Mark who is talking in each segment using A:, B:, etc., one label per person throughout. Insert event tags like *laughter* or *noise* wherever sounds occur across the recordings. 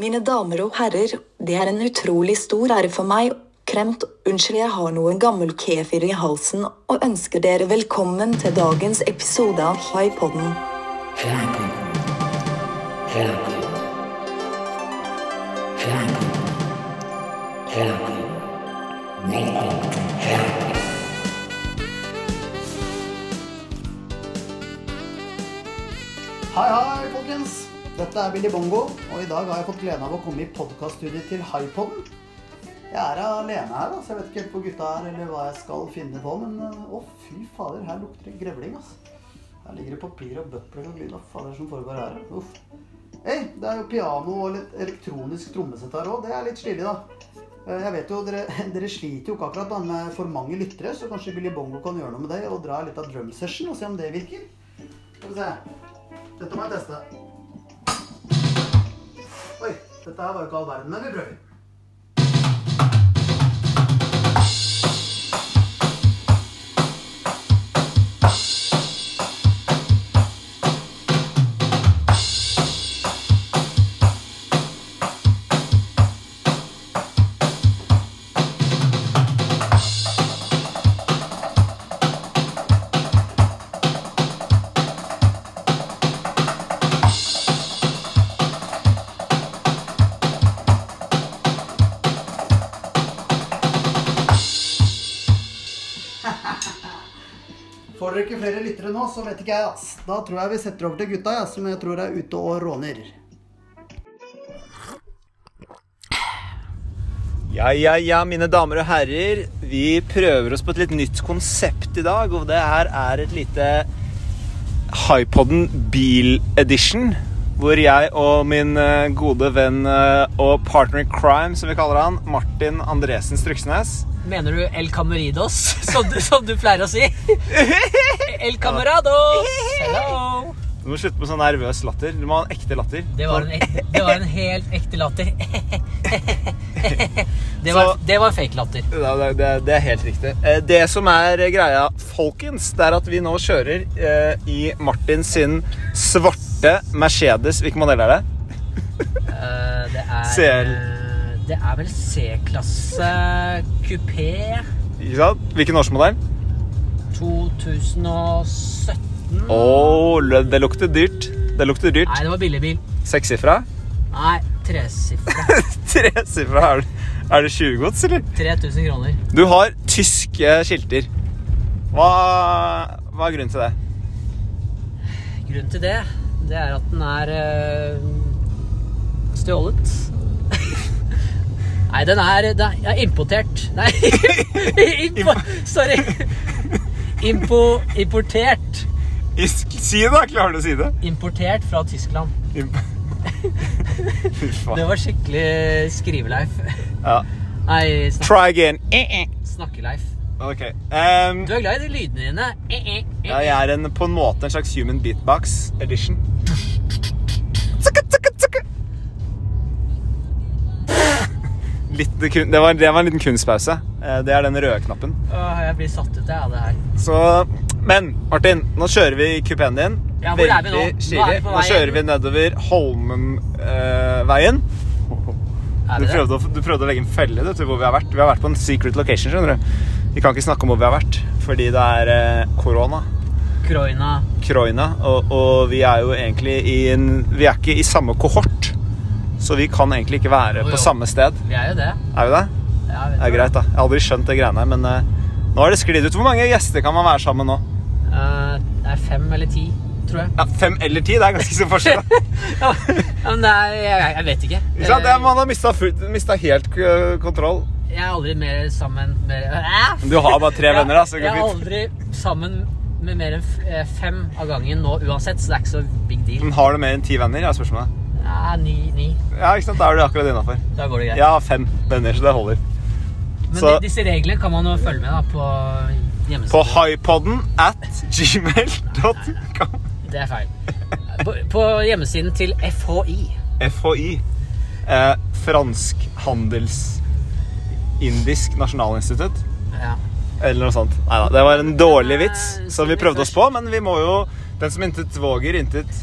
A: Mine damer og herrer, det er en utrolig stor ære for meg. Kremt, unnskyld jeg har noe gammel kefir i halsen, og ønsker dere velkommen til dagens episode av Haipodden.
B: Haipodden. Haipodden. Haipodden. Haipodden. Velkommen til Haipodden.
C: Hei, hei, folkens! Dette er Billy Bongo, og i dag har jeg fått gleden av å komme i podkaststudiet til Highpoden. Jeg er alene her, da, så jeg vet ikke helt hvor gutta er, eller hva jeg skal finne på, men eh, å, fy fader, her lukter det grevling, ass. Her ligger det papir og bøtter og lyd, hva fader er det som foregår her? Uff. Hei, det er jo piano og litt elektronisk trommesett her òg, det er litt stilig, da. Eh, Jeg vet jo, dere, *laughs* dere sliter jo ikke akkurat da, med for mange lyttere, så kanskje Billy Bongo kan gjøre noe med det og dra litt av drum session og se om det virker. Skal vi se. Dette må jeg teste. Oi, dette her var jo ikke all verden, men vi prøver. Får dere ikke flere lyttere nå, så vet ikke jeg, ass. Da tror jeg vi setter over til gutta, ja, som jeg tror er ute og råner.
D: Ja, ja, ja, mine damer og herrer. Vi prøver oss på et litt nytt konsept i dag. Og det her er et lite Hypodden bil-edition. Hvor jeg og min eh, gode venn eh, og partner in crime, som vi kaller han, Martin Andresen Struksnes
E: Mener du El Cameridos, *laughs* som du, som du pleier å si? El Camerados! Hello!
D: Du må slutte med sånn nervøs latter. Du må ha en ekte latter.
E: Det var en, ek- det var en helt ekte latter. *laughs* Det var, det var fake latter.
D: Ja, det, det, det er helt riktig. Eh, Det som er greia, folkens, det er at vi nå kjører eh, i Martin sin svarte Mercedes Hvilken modell er det?
E: Eh, Det er,
D: CL.
E: eh, det er vel C-klasse kupé
D: Ikke sant? Hvilken årsmodell?
E: 2017.
D: Å, det lukter dyrt. Det lukter dyrt.
E: Nei, det var billigbil.
D: Sekssifra? *laughs*
E: Nei, tresifra.
D: Tresifra? Er det, er det 20 gods, eller?
E: 3000 kroner.
D: Du har tyske skilter. Hva, hva er grunnen til det?
E: Grunnen til det, det er at den er eh, stjålet. *laughs* Nei, den er, den er ja, importert. Nei, *laughs* impo, sorry. Impo, importert.
D: Si det, da! Klarer du å si det?
E: Importert fra Tyskland.
D: Fy
E: Det
D: faen.
E: var skikkelig skriveleif.
D: Ja.
E: Nei, snak,
D: Try again. Eh, eh.
E: snakkeleif.
D: Ok. ehm,
E: Du er glad i de lydene dine. Eh, eh, eh.
D: ja, jeg er en, på en måte en slags human beatbox edition. Litt, det, kun- det, var, det var en liten kunstpause. Eh, Det er den røde knappen.
E: Åh, jeg blir satt ut jeg, av det her.
D: Så, men Martin, nå kjører vi kupeen din.
E: Ja, hvor er vi nå?
D: Veldig
E: Nå
D: chili.
E: er vi på
D: Nå,
E: veien.
D: kjører vi nedover Holmenveien.
E: Er
D: du,
E: vi det?
D: prøvde å- du prøvde å legge en felle du, til hvor vi har vært. Vi har vært på en secret location, skjønner du. Vi kan ikke snakke om hvor vi har vært, fordi det er eh, korona.
E: Kroina.
D: Kroina. Og, og vi er jo egentlig i en Vi er ikke i samme kohort, så vi kan egentlig ikke være
E: Jo, jo.
D: på samme sted.
E: Vi er jo det.
D: Er vi det?
E: Ja, vet
D: Det er
E: du.
D: greit, da. Jeg har aldri skjønt det greiene her, men eh, nå har det sklidd ut. Hvor mange gjester kan man være sammen nå?
E: Eh, det er fem eller ti, tror jeg.
D: Ja, Fem eller ti? Det er ganske stor forskjell. da.
E: ja, men det er, jeg, jeg vet ikke.
D: Ikke sant? Det- Man har mista, helt k- kontroll.
E: Jeg er aldri mer sammen med Æ,
D: Du har bare tre venner, da, så det
E: Jeg
D: går
E: er
D: fint.
E: aldri sammen med mer enn f- eh, fem av gangen nå uansett, så det er ikke så big deal.
D: Men har du mer enn ti venner? Ja, spørsmålet.
E: Ja, ni, ni.
D: Ja, ikke sant? Da er du akkurat innafor.
E: Da går det greit.
D: Jeg har fem venner, så det holder.
E: men
D: så-
E: de- disse reglene kan man jo følge med da, på
D: På
E: hjemmesiden.
D: highpodden at gmail.com.
E: Det er feil. På, på hjemmesiden til FHI.
D: FHI. Eh, fransk handels... Indisk nasjonalinstitutt.
E: Ja.
D: Eller noe sånt. Nei da, det var en dårlig vits som vi prøvde oss på, men vi må jo Den som intet våger, intet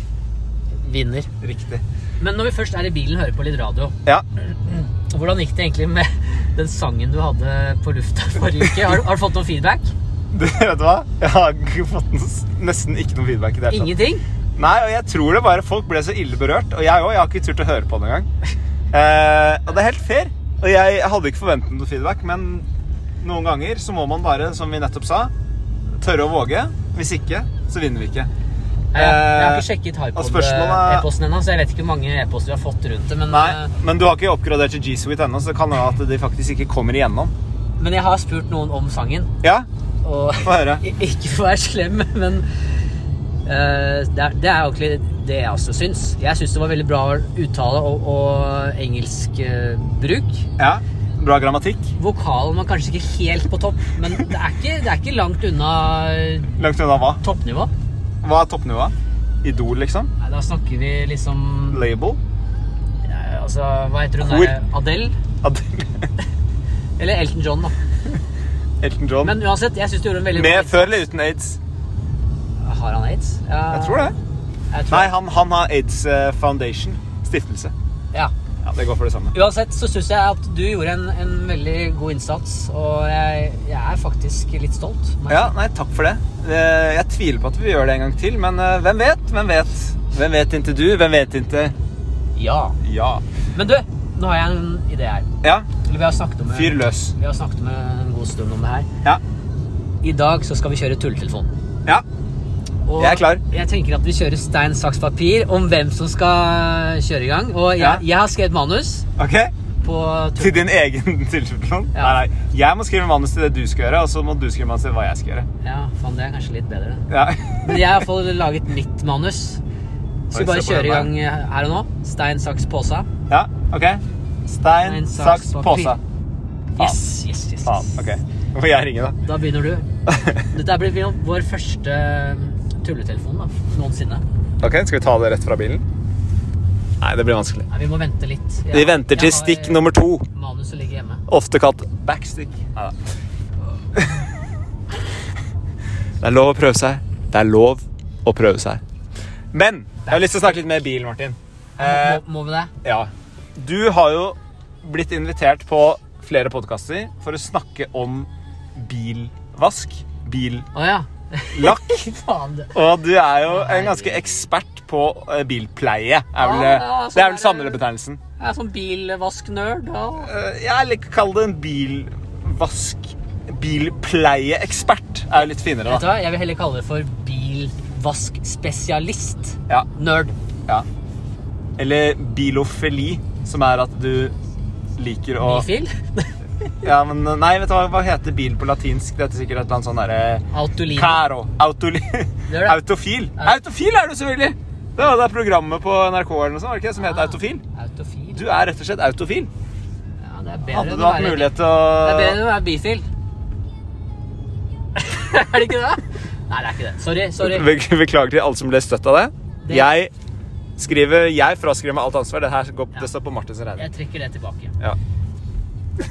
E: Vinner.
D: Riktig.
E: Men når vi først er i bilen og hører på litt radio,
D: Ja. *laughs*
E: hvordan gikk det egentlig med den sangen du hadde på lufta forrige uke? Har, du- har du fått noe feedback?
D: Du, vet du hva? Jeg har ikke fått noe- nesten ikke noe feedback i det hele tatt.
E: Ingenting?
D: Nei, og jeg tror det bare folk ble så ille berørt. Og jeg òg. Jeg har ikke turt å høre på det engang. Eh, og det er helt fair. Og jeg, jeg hadde ikke forventet noe feedback, men noen ganger så må man bare, som vi nettopp sa, tørre å våge. Hvis ikke, så vinner vi ikke.
E: Nei, Jeg, jeg har ikke
D: Eh,
E: sjekket
D: og spørsmålet er-
E: Hypod-e-posten ennå, så jeg vet ikke hvor mange e-poster vi har fått rundt det. Men,
D: Nei,
E: eh,
D: men du har ikke oppgradert til G-Suite ennå, så det kan hende at de faktisk ikke kommer igjennom.
E: eh, men jeg har spurt noen om sangen,
D: Ja,
E: og *laughs*
D: få høre.
E: I- Ikke for å være slem, men eh, det, er, det er jo egentlig det jeg også syns. Jeg syns det var veldig bra uttale og, og engelsk eh, bruk.
D: Ja, Bra grammatikk.
E: Vokalen var kanskje ikke helt på topp, men det er ikke, det er ikke langt unna eh,
D: Langt unna hva?
E: toppnivå.
D: Hva er toppnivået? Idol, liksom?
E: Nei, da snakker vi liksom
D: Label? *laughs*
E: eh, Altså, hva heter hun
D: Kor.
E: der? Adele?
D: Adele?
E: Eller Elton John, da.
D: Elton John?
E: Men uansett, jeg syns du gjorde en veldig
D: Med før eller uten aids?
E: Har han aids? Ja,
D: Jeg tror det.
E: jeg tror-
D: Nei, han, han har Aids eh, Foundation. Stiftelse.
E: Ja.
D: Ja, Det går for det samme.
E: Uansett så syns jeg at du gjorde en, en veldig god innsats, og jeg, jeg er faktisk litt stolt. må jeg
D: Ja, nei, takk for det. Eh, Jeg tviler på at vi gjør det en gang til, men eh, hvem vet? Hvem vet? Hvem vet ikke du? Hvem vet ikke
E: si. ja.
D: Ja.
E: Men du, nå har jeg en idé her.
D: Ja,
E: Eller vi har snakket om
D: fyr løs.
E: Vi har snakket med en god stund om det her.
D: Ja.
E: I dag så skal vi kjøre tulletelefon.
D: Ja.
E: Og
D: Jeg er klar.
E: Jeg tenker at vi kjører stein, saks, papir om hvem som skal kjøre i gang. Og jeg,
D: Ja.
E: jeg har skrevet manus
D: Ok?
E: på
D: Til
E: tull...
D: din egen *laughs* tilskuddsplan?
E: Ja.
D: Nei, nei. Jeg må skrive manus til det du skal gjøre, og så må du skrive manus til hva jeg skal gjøre.
E: Ja, faen, det er kanskje litt bedre. det.
D: Ja. *laughs*
E: Men jeg har i hvert fall laget mitt manus. Så
D: Oi,
E: vi bare
D: se på
E: kjører i gang eh,
D: den
E: her og nå. Stein, saks, pose.
D: ja ok. Stein,
E: Stein, saks,
D: saks,
E: papir.
D: pose.
E: Yes, yes, yes.
D: Faen. Ok. Nå får jeg ringe,
E: Da
D: *laughs*
E: begynner du.
D: da.
E: Dette blir jo vår første eh, tulletelefon da, noensinne.
D: Ok, Skal vi ta det rett fra bilen? Nei, det blir vanskelig.
E: Nei, vi må vente litt. Jeg-
D: Vi venter til
E: jeg har,
D: stikk
E: eh,
D: nummer to.
E: Manuset ligger hjemme.
D: Ofte kalt backstick. Neida. Det er lov å prøve seg. Det er lov å prøve seg. Men jeg har lyst til å snakke litt mer bil, Martin. Eh,
E: Må, må vi det?
D: ja. Du har jo blitt invitert på flere podkaster for å snakke om bilvask, billakk.
E: Å
D: *laughs*
E: ja. Faen. det-
D: Og du er jo en ganske ekspert på eh, bilpleie. Er vel,
E: Ja, ja,
D: det er
E: sånn
D: vel
E: er det.
D: samlebetegnelsen.
E: Jeg er sånn bilvasknerd. Ja.
D: Eh, Jeg liker å kalle det en bilvask... Bilpleieekspert er jo litt finere,
E: Vet du
D: da.
E: hva? Jeg vil heller kalle det for bilvaskspesialist.
D: Ja,
E: Nerd.
D: ja. Eller bilofili, som er at du liker å
E: Bifil. *laughs*
D: Ja, men eh, nei, vet du hva, hva heter bil på latinsk? Det heter sikkert et eller annet sånn derre
E: Autolino.
D: Caro. Autoli...
E: Det er det.
D: Autofil.
E: Ja.
D: Autofil er du selvfølgelig! Det var det programmet på NRK eller noe sånt, var det ikke det, som het
E: Ah.
D: Autofil.
E: Autofil.
D: Du er rett og slett autofil.
E: Ja, det er bedre
D: Hadde
E: enn
D: du
E: å
D: hatt
E: være-
D: mulighet til
E: Det er bedre
D: å
E: enn å være bifil. *laughs* er det ikke det? Nei, det er ikke det. Sorry. sorry.
D: Bek- Beklager til alle som ble støtt av det.
E: Det-
D: Jeg skriver Jeg fraskriver meg alt ansvar. Det her går, det står på Martins regning.
E: Jeg trekker det tilbake.
D: Ja.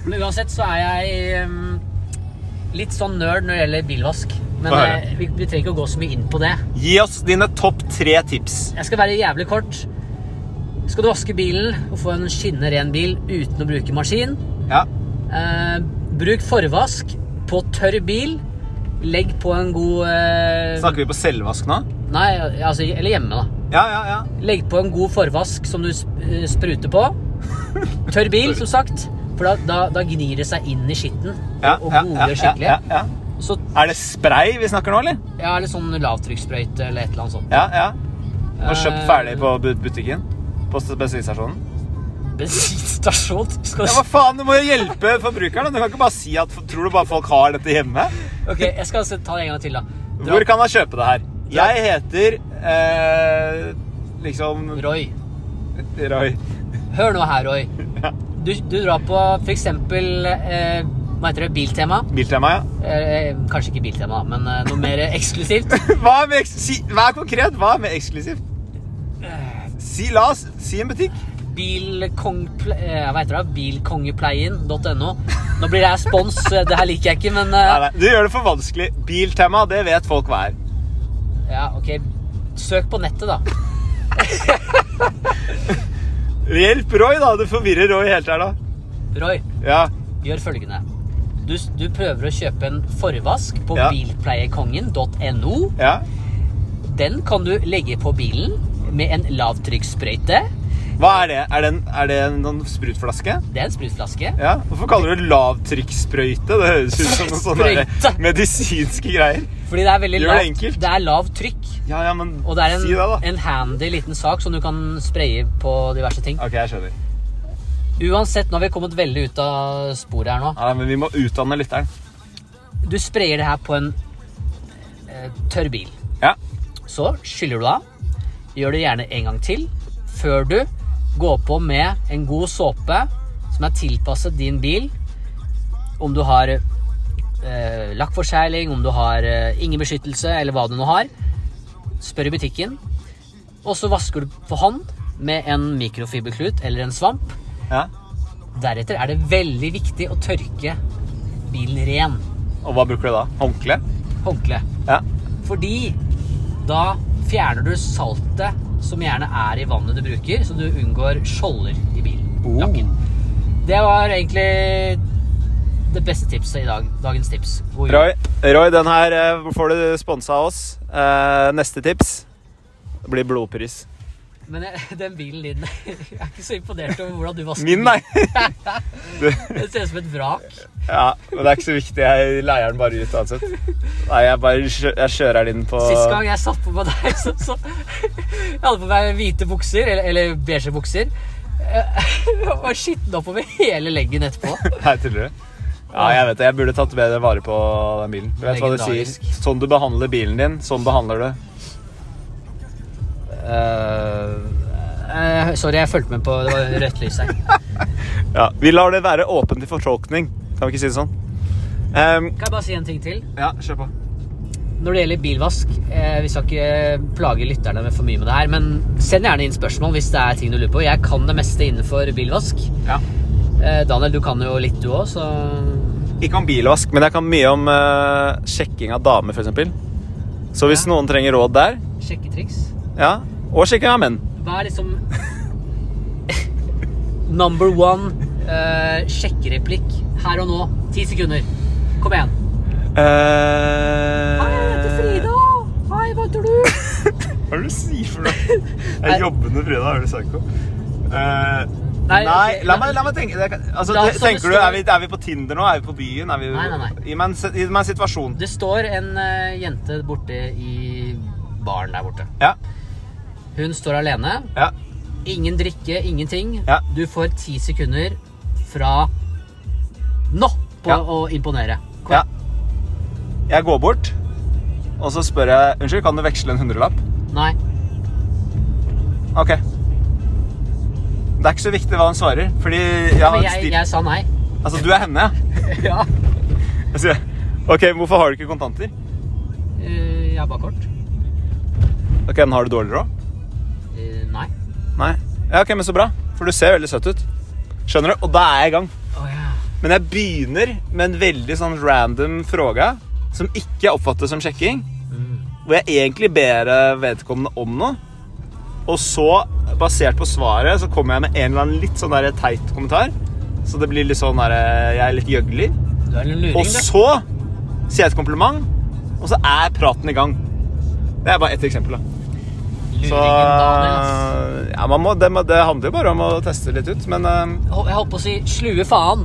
E: Men uansett så er jeg ehm, litt sånn nerd når det gjelder bilvask. Men
D: Få høre.
E: eh, vi, vi trenger ikke å gå så mye inn på det.
D: Gi oss dine topp tre tips.
E: Jeg skal være jævlig kort. Skal du vaske bilen og få en skinne ren bil uten å bruke maskin,
D: Ja.
E: eh, bruk forvask på tørr bil. Legg på en god eh,
D: Snakker vi på selvvask nå?
E: Nei, altså Eller hjemme, da.
D: Ja, ja, ja.
E: Legg på en god forvask som du sp- eh, spruter på. Tørr bil, som sagt. For da, da, da gnir det seg inn i skitten
D: ja,
E: og
D: ja,
E: goder skikkelig.
D: Ja, ja,
E: Så
D: ja. Er det spray vi snakker nå, eller?
E: Ja, eller sånn lavtrykkssprøyte eller et eller annet sånt. *laughs*
D: Ja, ja. Og kjøpt
E: Eh,
D: ferdig på bu- butikken? På st- bensinstasjonen?
E: Bensinstasjon? Skal
D: Ja,
E: du...
D: hva faen, du må jo hjelpe forbrukeren. da. Du kan ikke bare si at Tror du bare folk har dette hjemme?
E: Ok, jeg skal se- ta det en gang til, da. Dra-
D: Hvor kan man kjøpe det her? Jeg heter eh, liksom
E: Roy,
D: Roy.
E: hør nå her, Roy. Du, du drar på for eksempel eh, hva heter det, Biltema.
D: Biltema, ja.
E: Eh, kanskje ikke Biltema, da, men eh, noe mer eksklusivt.
D: Hva er, med eks si, vær konkret. Hva er med eksklusivt? Si, la oss si en butikk.
E: Bilkongple... Eh, hva heter det? Bilkongepleien.no. Nå blir det her spons, eh, det her liker jeg ikke, men eh,
D: Nei, nei, du gjør det for vanskelig. Biltema, det vet folk hva er.
E: Ja, ok. Søk på nettet, da.
D: Hjelp Roy, da! Du forvirrer Roy helt her, da.
E: Roy,
D: Ja.
E: gjør følgende. Du, s- du prøver å kjøpe en forvask på
D: Ja.
E: bilpleiekongen.no.
D: ja.
E: Den kan du legge på bilen med en lavtrykkssprøyte.
D: Hva er det? Er det, en, er det en, noen sprutflaske?
E: Det er en sprutflaske.
D: Ja. Hvorfor kaller du det lavtrykkssprøyte? Det høres ut som noen sånne
E: Sprøyte.
D: der medisinske greier.
E: Fordi det er veldig
D: Gjør det
E: lavt.
D: enkelt.
E: er lavt trykk.
D: Ja, ja, men
E: Og det er en,
D: si det, da.
E: en handy liten sak som du kan spraye på diverse ting.
D: Ok, jeg skjønner.
E: Uansett, nå har vi kommet veldig ut av sporet her nå.
D: Ja, men vi må utdanne lytteren.
E: Du sprayer det her på en eh, tørr bil.
D: Ja.
E: Så skyller du av. Gjør det gjerne en gang til før du går på med en god såpe som er tilpasset din bil. Om du har eh, lakkforsegling, om du har eh, ingen beskyttelse eller hva du nå har. Spør i butikken. Og så vasker du for hånd med en mikrofiberklut eller en svamp.
D: ja.
E: Deretter er det veldig viktig å tørke bilen ren.
D: Og hva bruker du da? Håndkle?
E: Håndkle.
D: Ja.
E: Fordi da fjerner du saltet som gjerne er i vannet du bruker, så du unngår skjolder i bilen.
D: Oh.
E: Lakken. Det var egentlig det beste tipset i dag. Dagens tips. God jul.
D: Roy, Roy, den her eh, får du sponsa av oss. Eh, neste tips det blir blodpris.
E: Men jeg, *laughs* den bilen din Jeg er ikke så imponert over hvordan du vasker
D: Min, nei!
E: Det ser ut som et vrak.
D: *laughs* Ja, men det er ikke så viktig. Jeg leier den bare ut uansett. Nei, jeg bare kjø- jeg kjører den inn på
E: Sist gang jeg satt på med deg, så, så *laughs* Jeg hadde på meg hvite bukser, eller, eller beige bukser. *laughs* Jeg var skitten oppover hele leggen etterpå.
D: Nei, tuller du? Ja, jeg vet det. Jeg burde tatt bedre vare på den bilen. Du vet hva det sier.
E: Legendarisk.
D: Sånn du behandler bilen din, sånn behandler du.
E: Eh, sorry, jeg fulgte med på Det var rødt lys her.
D: Ja, Vi lar det være åpent til fortolkning. Kan vi ikke si det sånn? Ehm,
E: Kan jeg bare si en ting til?
D: ja, kjør på.
E: Når det gjelder bilvask eh, Vi skal ikke plage lytterne med for mye med det her, men send gjerne inn spørsmål hvis det er ting du lurer på. Jeg kan det meste innenfor bilvask.
D: Ja.
E: Eh, Daniel, du kan jo litt, du òg, så
D: Ikke om bilvask, men jeg kan mye om eh, sjekking av damer, f.eks. Så hvis
E: Ja.
D: noen trenger råd der
E: sjekketriks.
D: Ja. Og sjekking av menn.
E: Hva er liksom *laughs* Number one eh, sjekkereplikk her og nå. Ti sekunder. Kom igjen.
D: Eh,
E: Hei, hva heter du?
D: Hva er det du sier for noe? Jeg er jobbende Frida, er du psyko? Eh, nei,
E: Nei, ok,
D: la,
E: nei.
D: meg, la meg tenke det kan- altså,
E: La
D: det,
E: oss som det
D: Tenker du,
E: står.
D: er vi, er vi på Tinder nå? Er vi på byen? Er vi,
E: Nei, nei, nei.
D: Gi meg en, se- gi meg en situasjon.
E: Det står en eh, jente borte i baren der borte.
D: Ja,
E: Hun står alene.
D: ja,
E: Ingen drikke, ingenting.
D: Ja.
E: Du får ti sekunder fra nå på
D: Ja.
E: å imponere. Kom.
D: ja. Jeg går bort, og så spør jeg Unnskyld, kan du veksle en hundrelapp?
E: Nei.
D: Ok. Det er ikke så viktig hva hun svarer, fordi jeg har
E: Men
D: et
E: jeg,
D: stil...
E: jeg sa nei.
D: Altså, du er henne, ja?
E: *laughs* ja.
D: Jeg sier, ok, hvorfor har du ikke kontanter?
E: Eh, jeg har bare kort.
D: Ok, den har du dårlig råd?
E: Eh, nei.
D: Nei. Ja, ok, men så bra. For du ser veldig søt ut. Skjønner du? Og da er jeg i gang.
E: Å ja.
D: Men jeg begynner med en veldig sånn random fråga, som ikke oppfattes som sjekking. Hvor jeg egentlig ber eh, vedkommende om noe. Og så, basert på svaret, så kommer jeg med en eller annen litt sånn der teit kommentar. Så det blir litt sånn der eh, Jeg er litt gjøgler.
E: Du er en
D: Og
E: luring, du.
D: så sier jeg et kompliment, og så er praten i gang. Det er bare ett eksempel, da.
E: Luringen
D: Så eh,
E: Daniel, ass.
D: ja, man må, det, må- det handler jo bare om å teste litt ut, men eh,
E: Ho- Jeg holdt på å si slue faen.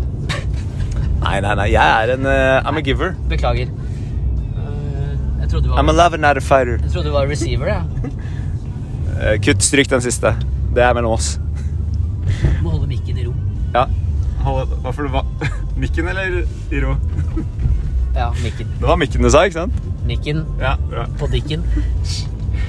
D: Nei, nei, nei. Jeg er en eh, I'm a giver.
E: Beklager. Eh, jeg trodde du
D: I'm a
E: var,
D: lover, not a fighter.
E: jeg trodde du var receiver, jeg.
D: Eh, kutt, stryk den siste. Det er mellom oss.
E: Må holde mikken i ro.
D: Ja. Hva for hva? *laughs* Mikken eller i ro?
E: Ja, mikken.
D: Det var mikken du sa, ikke sant?
E: Mikken
D: Ja, bra.
E: på dikken.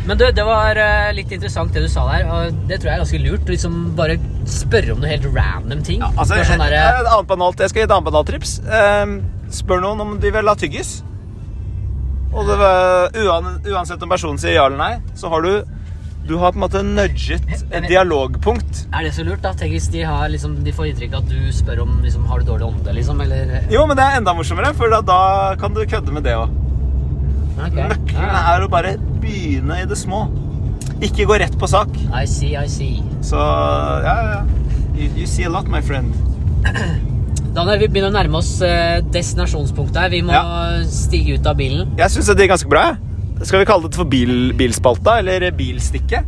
E: Men du, det var eh, litt interessant det du sa der, og det tror jeg er ganske lurt. å Liksom bare spørre om noe helt random ting.
D: Ja, altså,
E: Bare sånn
D: jeg,
E: derre-
D: et annet banalt, jeg skal gi et annet banalt tips. Eh, spør noen om de vil ha tyggis. Og det, var- uan, uansett om personen sier ja eller nei, så har du Du har på en måte nudget et dialogpunkt.
E: eh, er det så lurt, da? Tenk hvis de, har, liksom, de får inntrykk av at du spør om liksom, har du dårlig ånde, liksom, eller
D: Jo, men det er enda morsommere, for da, da kan du kødde med det òg.
E: Ok.
D: Nøkkelen
E: Ja,
D: er å bare begynne i det små. Ikke gå rett på sak.
E: Ah, I see, I see.
D: Så ja, ja, ja. You, you see a lot, my friend.
E: Daniel, vi begynner å nærme oss eh, destinasjonspunktet her. Vi må
D: Ja.
E: stige ut av bilen.
D: Jeg syns det er ganske bra. jeg. Skal vi kalle det for bil, bilspalta eller bilstikket?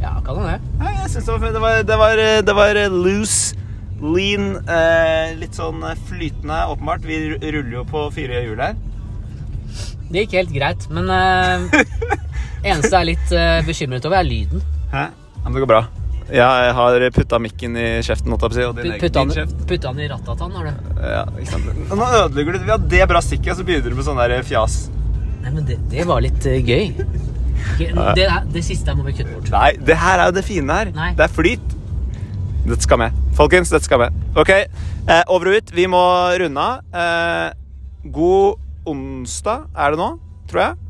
E: Ja, kan det.
D: Nei, jeg synes det var, det var, det var, det var eh, loose, lean, eh, litt sånn flytende, åpenbart. Vi ru- ruller jo på fire hjul her.
E: Det gikk helt greit, men
D: *laughs*
E: eh, eneste jeg er litt eh, bekymret over, er lyden.
D: Hæ? Ja, men det går bra. Jeg har putta mikken i kjeften, holdt jeg på å si, og din
E: Put-
D: egen
E: Putta
D: din
E: den,
D: kjeft.
E: putta den i rattet til han, har du?
D: Ja, ikke sant. Nå ødelegger du Vi har det bra stikket, og så begynner du med sånn der fjas.
E: Nei, men det, det var litt eh, gøy. Ok, Det, det siste her må vi kutte bort.
D: Nei, det her er jo det fine her.
E: Nei.
D: Det er flyt. Dette skal med. Folkens, dette skal med. Ok, eh, over og ut. Vi må runde av. Eh, god onsdag er det nå, tror jeg.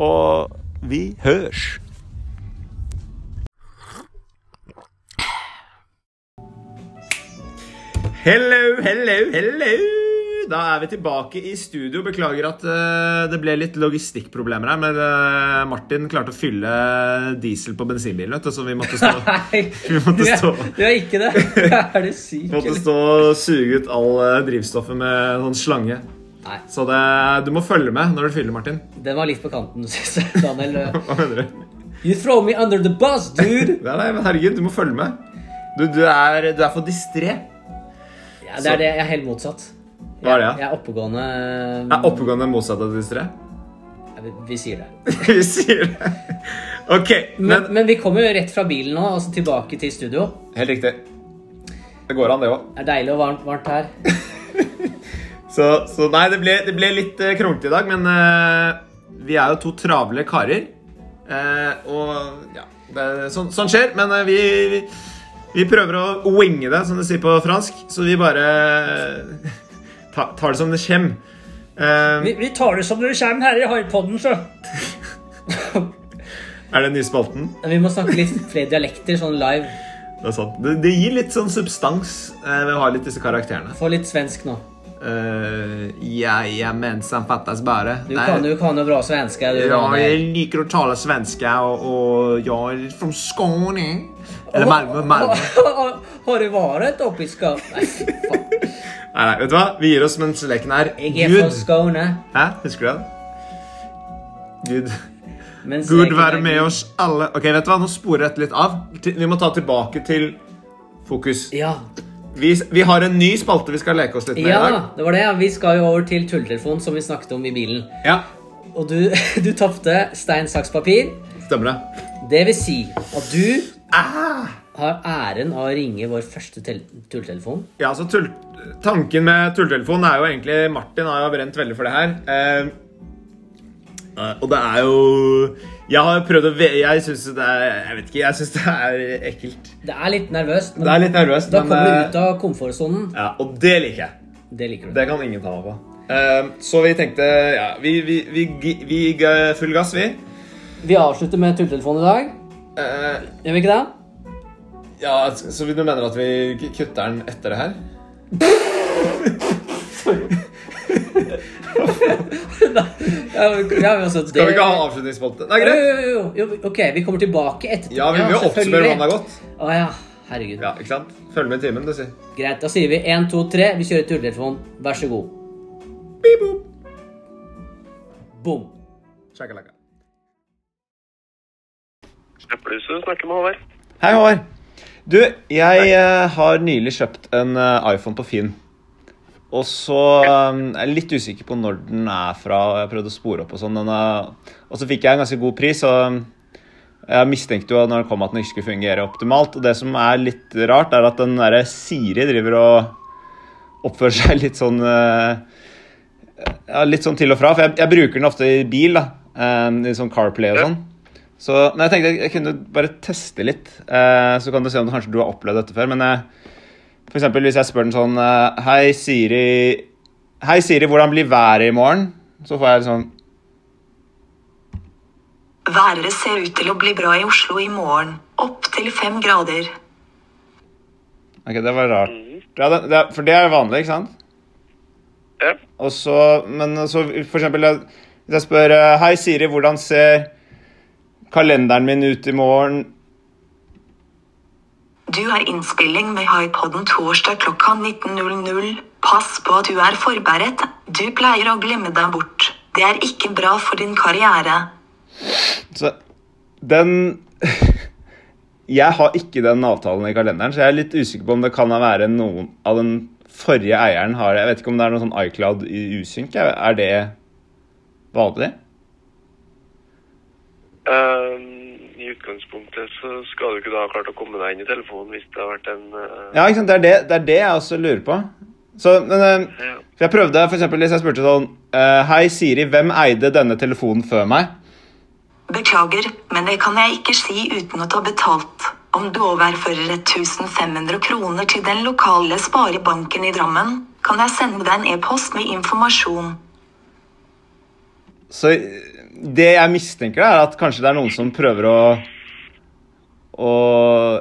D: Og vi hørs. Hello, hello, hello! Da er vi tilbake i studio. Beklager at eh, det ble litt logistikkproblemer her, men eh, Martin klarte å fylle diesel på bensinbilen, vet du, så vi måtte stå, *laughs* vi måtte stå,
E: Du er ikke det. *laughs* Er du syk,
D: måtte stå og suge ut all eh, drivstoffet med sånn slange.
E: Nei,
D: Så det, du må følge med når du fyller, Martin. *laughs*
E: den var litt på kanten, *laughs* synes jeg, Daniel.
D: Hva mener du?
E: You throw me under the bus, dude!
D: Nei, nei, men herregud, du må følge med. Du, du, er, du er for distré.
E: Ja, det er det. Jeg er helt motsatt.
D: Hva er det,
E: Jeg
D: ja?
E: er oppegående.
D: Er oppegående motsatt av distré? *laughs*
E: Ja, vi, vi sier det.
D: Vi sier det. Ok,
E: Men,
D: men
E: men vi kommer jo rett fra bilen nå, og så tilbake til studio.
D: Helt riktig. Det går an, det òg.
E: Det er deilig og varmt, varmt her.
D: Så, så nei, det ble, det ble litt eh, kronglete i dag, men eh, vi er jo to travle karer. Eh, og ja det, sånn, sånn skjer, men eh, vi, vi, vi prøver å winge det, som de sier på fransk. Så vi bare eh, *laughs* ta, tar det som det kommer. Eh,
E: Vi, vi tar det som dere kommer her i Haipodden, så.
D: er det nyspalten?
E: Vi må snakke litt flere dialekter sånn live.
D: Det er sant. Det, det gir litt sånn substans eh, ved å ha litt disse karakterene.
E: Få litt svensk nå.
D: Uh, Jajamensan fattas bare.
E: Du kan jo kan jo bra svensk. Du,
D: Ja,
E: Daniel.
D: jeg liker å tale svenska, og, og jeg er fra Skåne. Eller Malmö, Malmö.
E: Har du vært oppe i Skåne? Nei, fy faen.
D: Nei, nei, vet du hva? Vi gir oss mens leken er
E: Jeg er fra
D: Gud.
E: Skåne.
D: Hæ? Husker du den? Gud,
E: mens
D: Gud
E: jeg-
D: være med oss alle. Ok, vet du hva? Nå sporer dette litt av. Til- Vi må ta tilbake til fokus.
E: Ja.
D: Vi, vi har en ny spalte vi skal leke oss litt med i dag.
E: ja, det var det. ja. Vi skal jo over til tulletelefonen, som vi snakket om i bilen.
D: Ja,
E: Og du, *laughs* du tapte stein, saks, papir.
D: stemmer det.
E: Det vil si at du
D: Ah!
E: har æren av å ringe vår første tel- tulletelefon.
D: Ja, så tull, Tanken med tulltelefonen er jo egentlig Martin har jo brent veldig for det her. Eh, eh, og det er jo Jeg har prøvd å ve... Jeg syns det er Jeg vet ikke, jeg syns det er ekkelt.
E: Det er litt nervøst, men
D: Det er litt nervøst,
E: da
D: men
E: kommer
D: eh,
E: du ut av komfortsonen.
D: ja, Og det liker jeg.
E: Det liker du.
D: Det kan ingen ta meg på. Eh, så vi tenkte Ja, vi, vi, vi, vi, vi ga full gass, vi.
E: Vi avslutter med tulletelefon i dag.
D: Eh,
E: Gjør vi ikke det?
D: ja, Så du mener at vi k- kutter den etter det her?
E: Ja, vi- ja, altså, vi også, det... Øh,
D: Skal vi ikke ha avslutningsspalte? Det er
E: Jo,
D: greit.
E: jo, jo, jo, jo, ok, vi kommer tilbake etterpå.
D: Ja, vi vil jo oppsummere hvordan det har gått.
E: Å ja, herregud.
D: Ja, ikke sant? Følg med i timen, du sier.
E: Greit, da sier vi 1, 2, 3, vi kjører tulletelefon. Vær så god. Bom.
D: Shakalaka.
F: Eplehuset du snakker med, Håvard.
D: Hei, Håvard. Du, jeg eh, har nylig kjøpt en eh, iPhone på Finn. Og så um, er jeg litt usikker på når den er fra. og Jeg prøvde å spore opp og sånn. men, eh, Og så fikk jeg en ganske god pris, og um, jeg mistenkte jo når det kom at den ikke skulle fungere optimalt. Og det som er litt rart, er at den derre Siri driver og oppfører seg litt sånn eh, Ja, litt sånn til og fra. For jeg, jeg bruker den ofte i bil, da. eh, I sånn CarPlay og sånn. Så nei, jeg tenkte jeg- jeg kunne bare teste litt. eh, så kan du se om du, kanskje du har opplevd dette før. Men eh, for eksempel hvis jeg spør den sånn eh, Hei, Siri. Hei, Siri, hvordan blir været i morgen? Så får jeg sånn
A: Været ser ut til å bli bra i Oslo i morgen. Opptil fem grader.
D: Ok, det var rart. Ja, det, det, er- for det er vanlig, ikke sant?
F: Ja.
D: Og så, men så for eksempel jeg- Hvis jeg spør eh, Hei, Siri, hvordan ser kalenderen min ut i morgen.
A: Du har innspilling med Hypodden torsdag klokka 19.00. Pass på at du er forberedt. Du pleier å glemme deg bort. Det er ikke bra for din karriere.
D: Så den *laughs* Jeg har ikke den avtalen i kalenderen, så jeg er litt usikker på om det kan være noen av den forrige eieren har Jeg vet ikke om det er noe sånn iCloud i usynk. jeg- Er det vanlig?
F: Eh, I utgangspunktet så skal du ikke da ha klart å komme deg inn i telefonen hvis det har vært en eh,
D: Ja, ikke sant? Det er det, det, er det jeg også lurer på. Så, men eh,
F: Ja.
D: for Jeg prøvde for eksempel, hvis jeg spurte sånn eh, Hei, Siri, hvem eide denne telefonen før meg?
A: Beklager, men det kan jeg ikke si uten å ta betalt. Om du overfører 1500 kroner til den lokale sparebanken i Drammen, kan jeg sende deg en e-post med informasjon.
D: Så det jeg mistenker, er at kanskje det er noen som prøver å å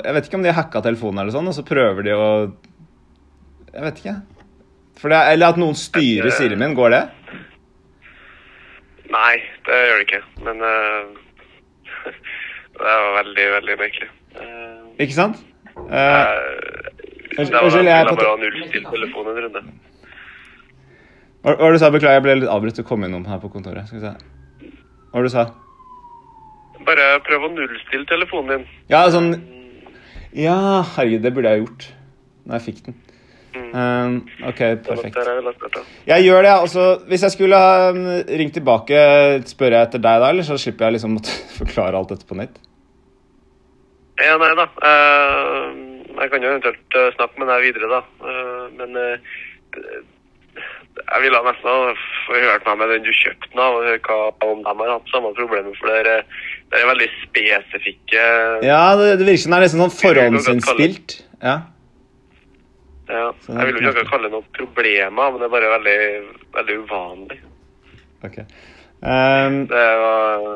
D: Jeg vet ikke om de har hacka telefonen eller sånn, og så prøver de å Jeg vet ikke. For det, er- eller at noen
F: Eh,
D: styrer Siri min. Går det?
F: Nei, det gjør det ikke. Men eh, *laughs* det var veldig, veldig merkelig. Eh,
D: Ikke sant? Eh,
F: det
D: unnskyld,
F: var
D: unnskyld, jeg er
F: ville
D: på
F: bare ha nullstilt telefonen en runde.
D: hva hva var det du sa? Beklager, jeg ble litt avbrutt. Det kom innom her på kontoret. Skal vi se. Hva var det du sa?
F: Bare prøv å nullstille telefonen din.
D: Ja, sånn Ja, herregud, det burde jeg ha gjort når jeg fikk den. Eh, OK,
F: Mm. Det var
D: perfekt.
F: der jeg ville ha spurt, da.
D: Jeg gjør det, altså. Hvis jeg skulle ha mm, ringt tilbake, spør jeg etter deg da, eller så slipper jeg liksom å *laughs* forklare alt dette på nytt?
F: Ja, nei da. Eh, jeg kan jo eventuelt eh, snakke med deg videre, da. Eh, men eh, jeg ville nesten ha f- hørt meg med den du kjøpte den av, og høre hva om de har hatt samme problemer. For det er, eh, det er veldig spesifikke
D: Ja, det, det virker som det er nesten sånn forhåndsinnspilt. Ja.
F: ja, Jeg vil jo ikke akkurat kalle det noe problemer, men det er bare veldig, veldig uvanlig.
D: Ok. Ehm,
F: Det var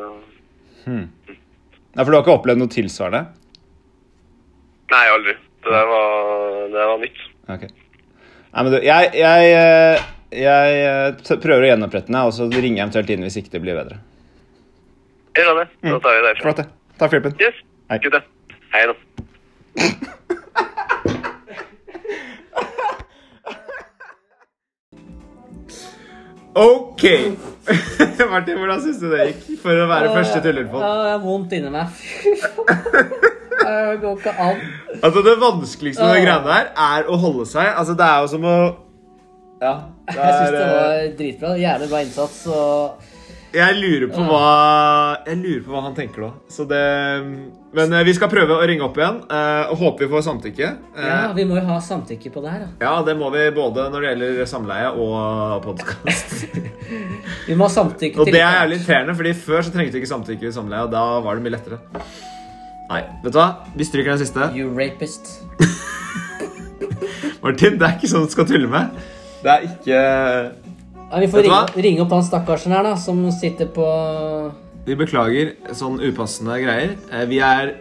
D: ja, for du har ikke opplevd noe tilsvarende?
F: Nei, aldri. Det der var, det var nytt.
D: Ok. Nei, men du, jeg, jeg, eh, jeg eh, t- prøver å gjenopprette den, jeg, og så ringer jeg eventuelt inn hvis ikke det blir bedre.
F: Gjør det. Da tar vi det derfra.
D: Mm. Flott, det. Takk for hjelpen.
F: Yes.
D: Hei.
F: Good, da. Hei da.
D: Ok! *laughs* Martin, hvordan syns du det gikk for å være første tullerpod?
E: Jeg har vondt inni meg. *laughs* Fy faen. Det går ikke an.
D: Altså Det vanskeligste med
E: Ja.
D: greiene her er å holde seg. Altså Det er jo som å Ja. Det
E: Jeg syns
D: er,
E: det
D: eh,
E: var dritbra. Jævlig bra innsats. Og
D: jeg lurer på hva Jeg lurer på hva han tenker da. Så det Men eh, vi skal prøve å ringe opp igjen eh, og håpe vi får samtykke. Eh,
E: ja, vi må jo ha samtykke på det her. Da.
D: ja, det må vi både når det gjelder samleie og
E: *laughs*
D: podkast.
E: Vi må ha samtykke
D: Og
E: til
D: det er jævlig irriterende, Fordi før så trengte vi ikke samtykke i samleie, og da var det mye lettere. Nei, vet du hva? Vi stryker den siste.
E: You rapist.
D: Martin, det er ikke sånn du skal tulle med. Det er ikke
E: Ja, vi
D: Vet
E: får
D: du
E: ringe,
D: hva?
E: ringe opp han stakkarsen her, da, som sitter på
D: Vi beklager sånn upassende greier. Eh, vi er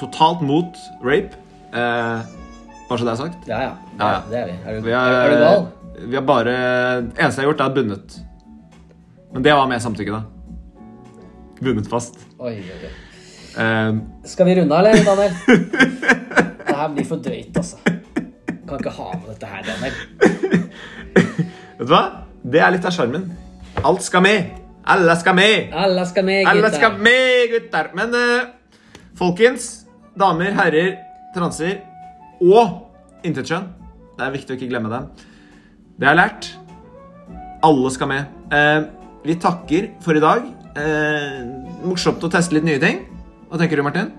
D: totalt mot rape. Eh, bare så det er sagt.
E: Ja, ja.
D: Ja, ja.
E: Det er vi. Er du,
D: Vi
E: er, du gal?
D: Vi har bare Det eneste jeg har gjort, er bundet. Men det var med samtykke, da. Bundet fast.
E: Oi, oi, oi.
D: Eh,
E: Skal vi runde av, eller, Daniel? Det her blir for drøyt, altså. Kan ikke ha med dette her, Daniel.
D: vet du hva? Det er litt av sjarmen. Alt skal med. Alle skal med.
E: Alle skal med, gutter.
D: Alle skal med, gutter. Men eh, folkens, damer, herrer, transer og intetkjønn Det er viktig å ikke glemme dem. Det har jeg lært. Alle skal med. Eh, vi takker for i dag. Eh, morsomt å teste litt nye ting. Hva tenker du, Martin?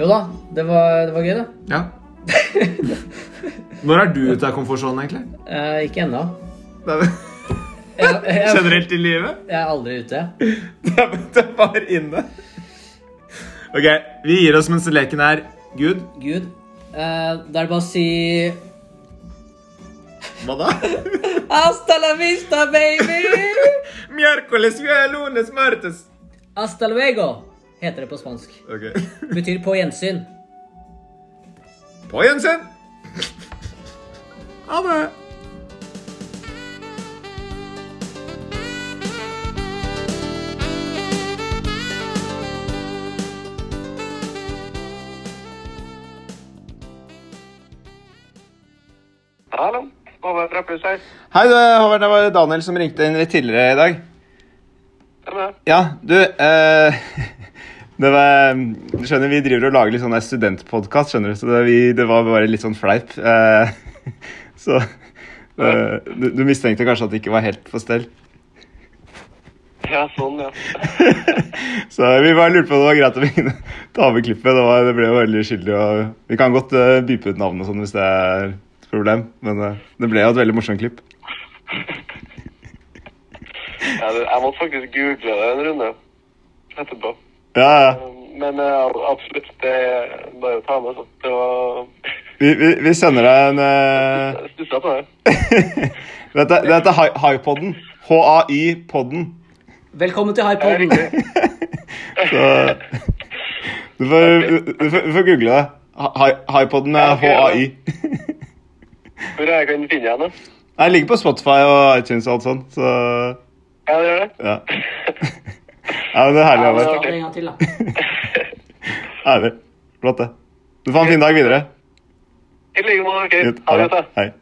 E: Jo da, det var, det var gøy, det.
D: Ja. Når er du ute av komfortsonen, egentlig?
E: Eh, ikke ennå. *laughs*
D: Det er-
E: Jeg, jeg,
D: Generelt i livet?
E: jeg er aldri ute.
D: Det er det er bare inne. Ok, vi gir oss mens leken er Gud.
E: Gud. Eh, da er det bare å si
D: Hva da?
E: Hasta la vista, baby!
D: Miércoles, jueves, lunes, martes.
E: Hasta luego, heter det på spansk.
D: Ok.
E: Betyr på gjensyn.
D: På gjensyn! Ha det!
F: Hallo. Håvard fra Pluss her.
D: Hei, du, Håvard. Det var Daniel som ringte inn litt tidligere i dag.
F: Hvem er det?
D: Ja, du eh, *laughs* det var, mm, Du skjønner, vi driver og lager litt sånn studentpodkast, skjønner du. Så det, vi, det var bare litt sånn fleip. eh, *laughs* så eh, du, du mistenkte kanskje at det ikke var helt på stell.
F: Ja, sånn, ja.
D: Så vi bare lurte på om det var greit om vi *laughs* kunne ta med klippet. Det, var, det ble jo veldig uskyldig. Og vi kan godt uh, bype ut navn og sånn hvis det er et problem, men eh, det ble jo et veldig morsomt klipp.
F: ja det- jeg måtte faktisk google det en runde etterpå.
D: Ja, ja.
F: Men eh, absolutt, det er bare å ta med. Så. Det var
D: Vi, vi, vi sender deg en eh,
F: Jeg stussa på det.
D: Dette, dette er Hi- Hi-podden. HAI-podden.
E: Velkommen til
F: Det er
E: Hypod.
F: riktig.
D: Så *laughs* du får, du, får, du får google det. Hi- Hi-podden med HAI.
F: Hvor er jeg kan finne igjen, da?
D: Nei, Det ligger på Spotify og iTunes og alt sånt, så
F: Ja, det gjør det.
D: ja. *laughs* ja men det er herlig.
E: Vi
D: Albert.
E: starter en gang til, da.
D: Herlig. Flott, det. Du får ha en fin dag videre.
F: I like måte. ok. Ha det godt, da.
D: Hei.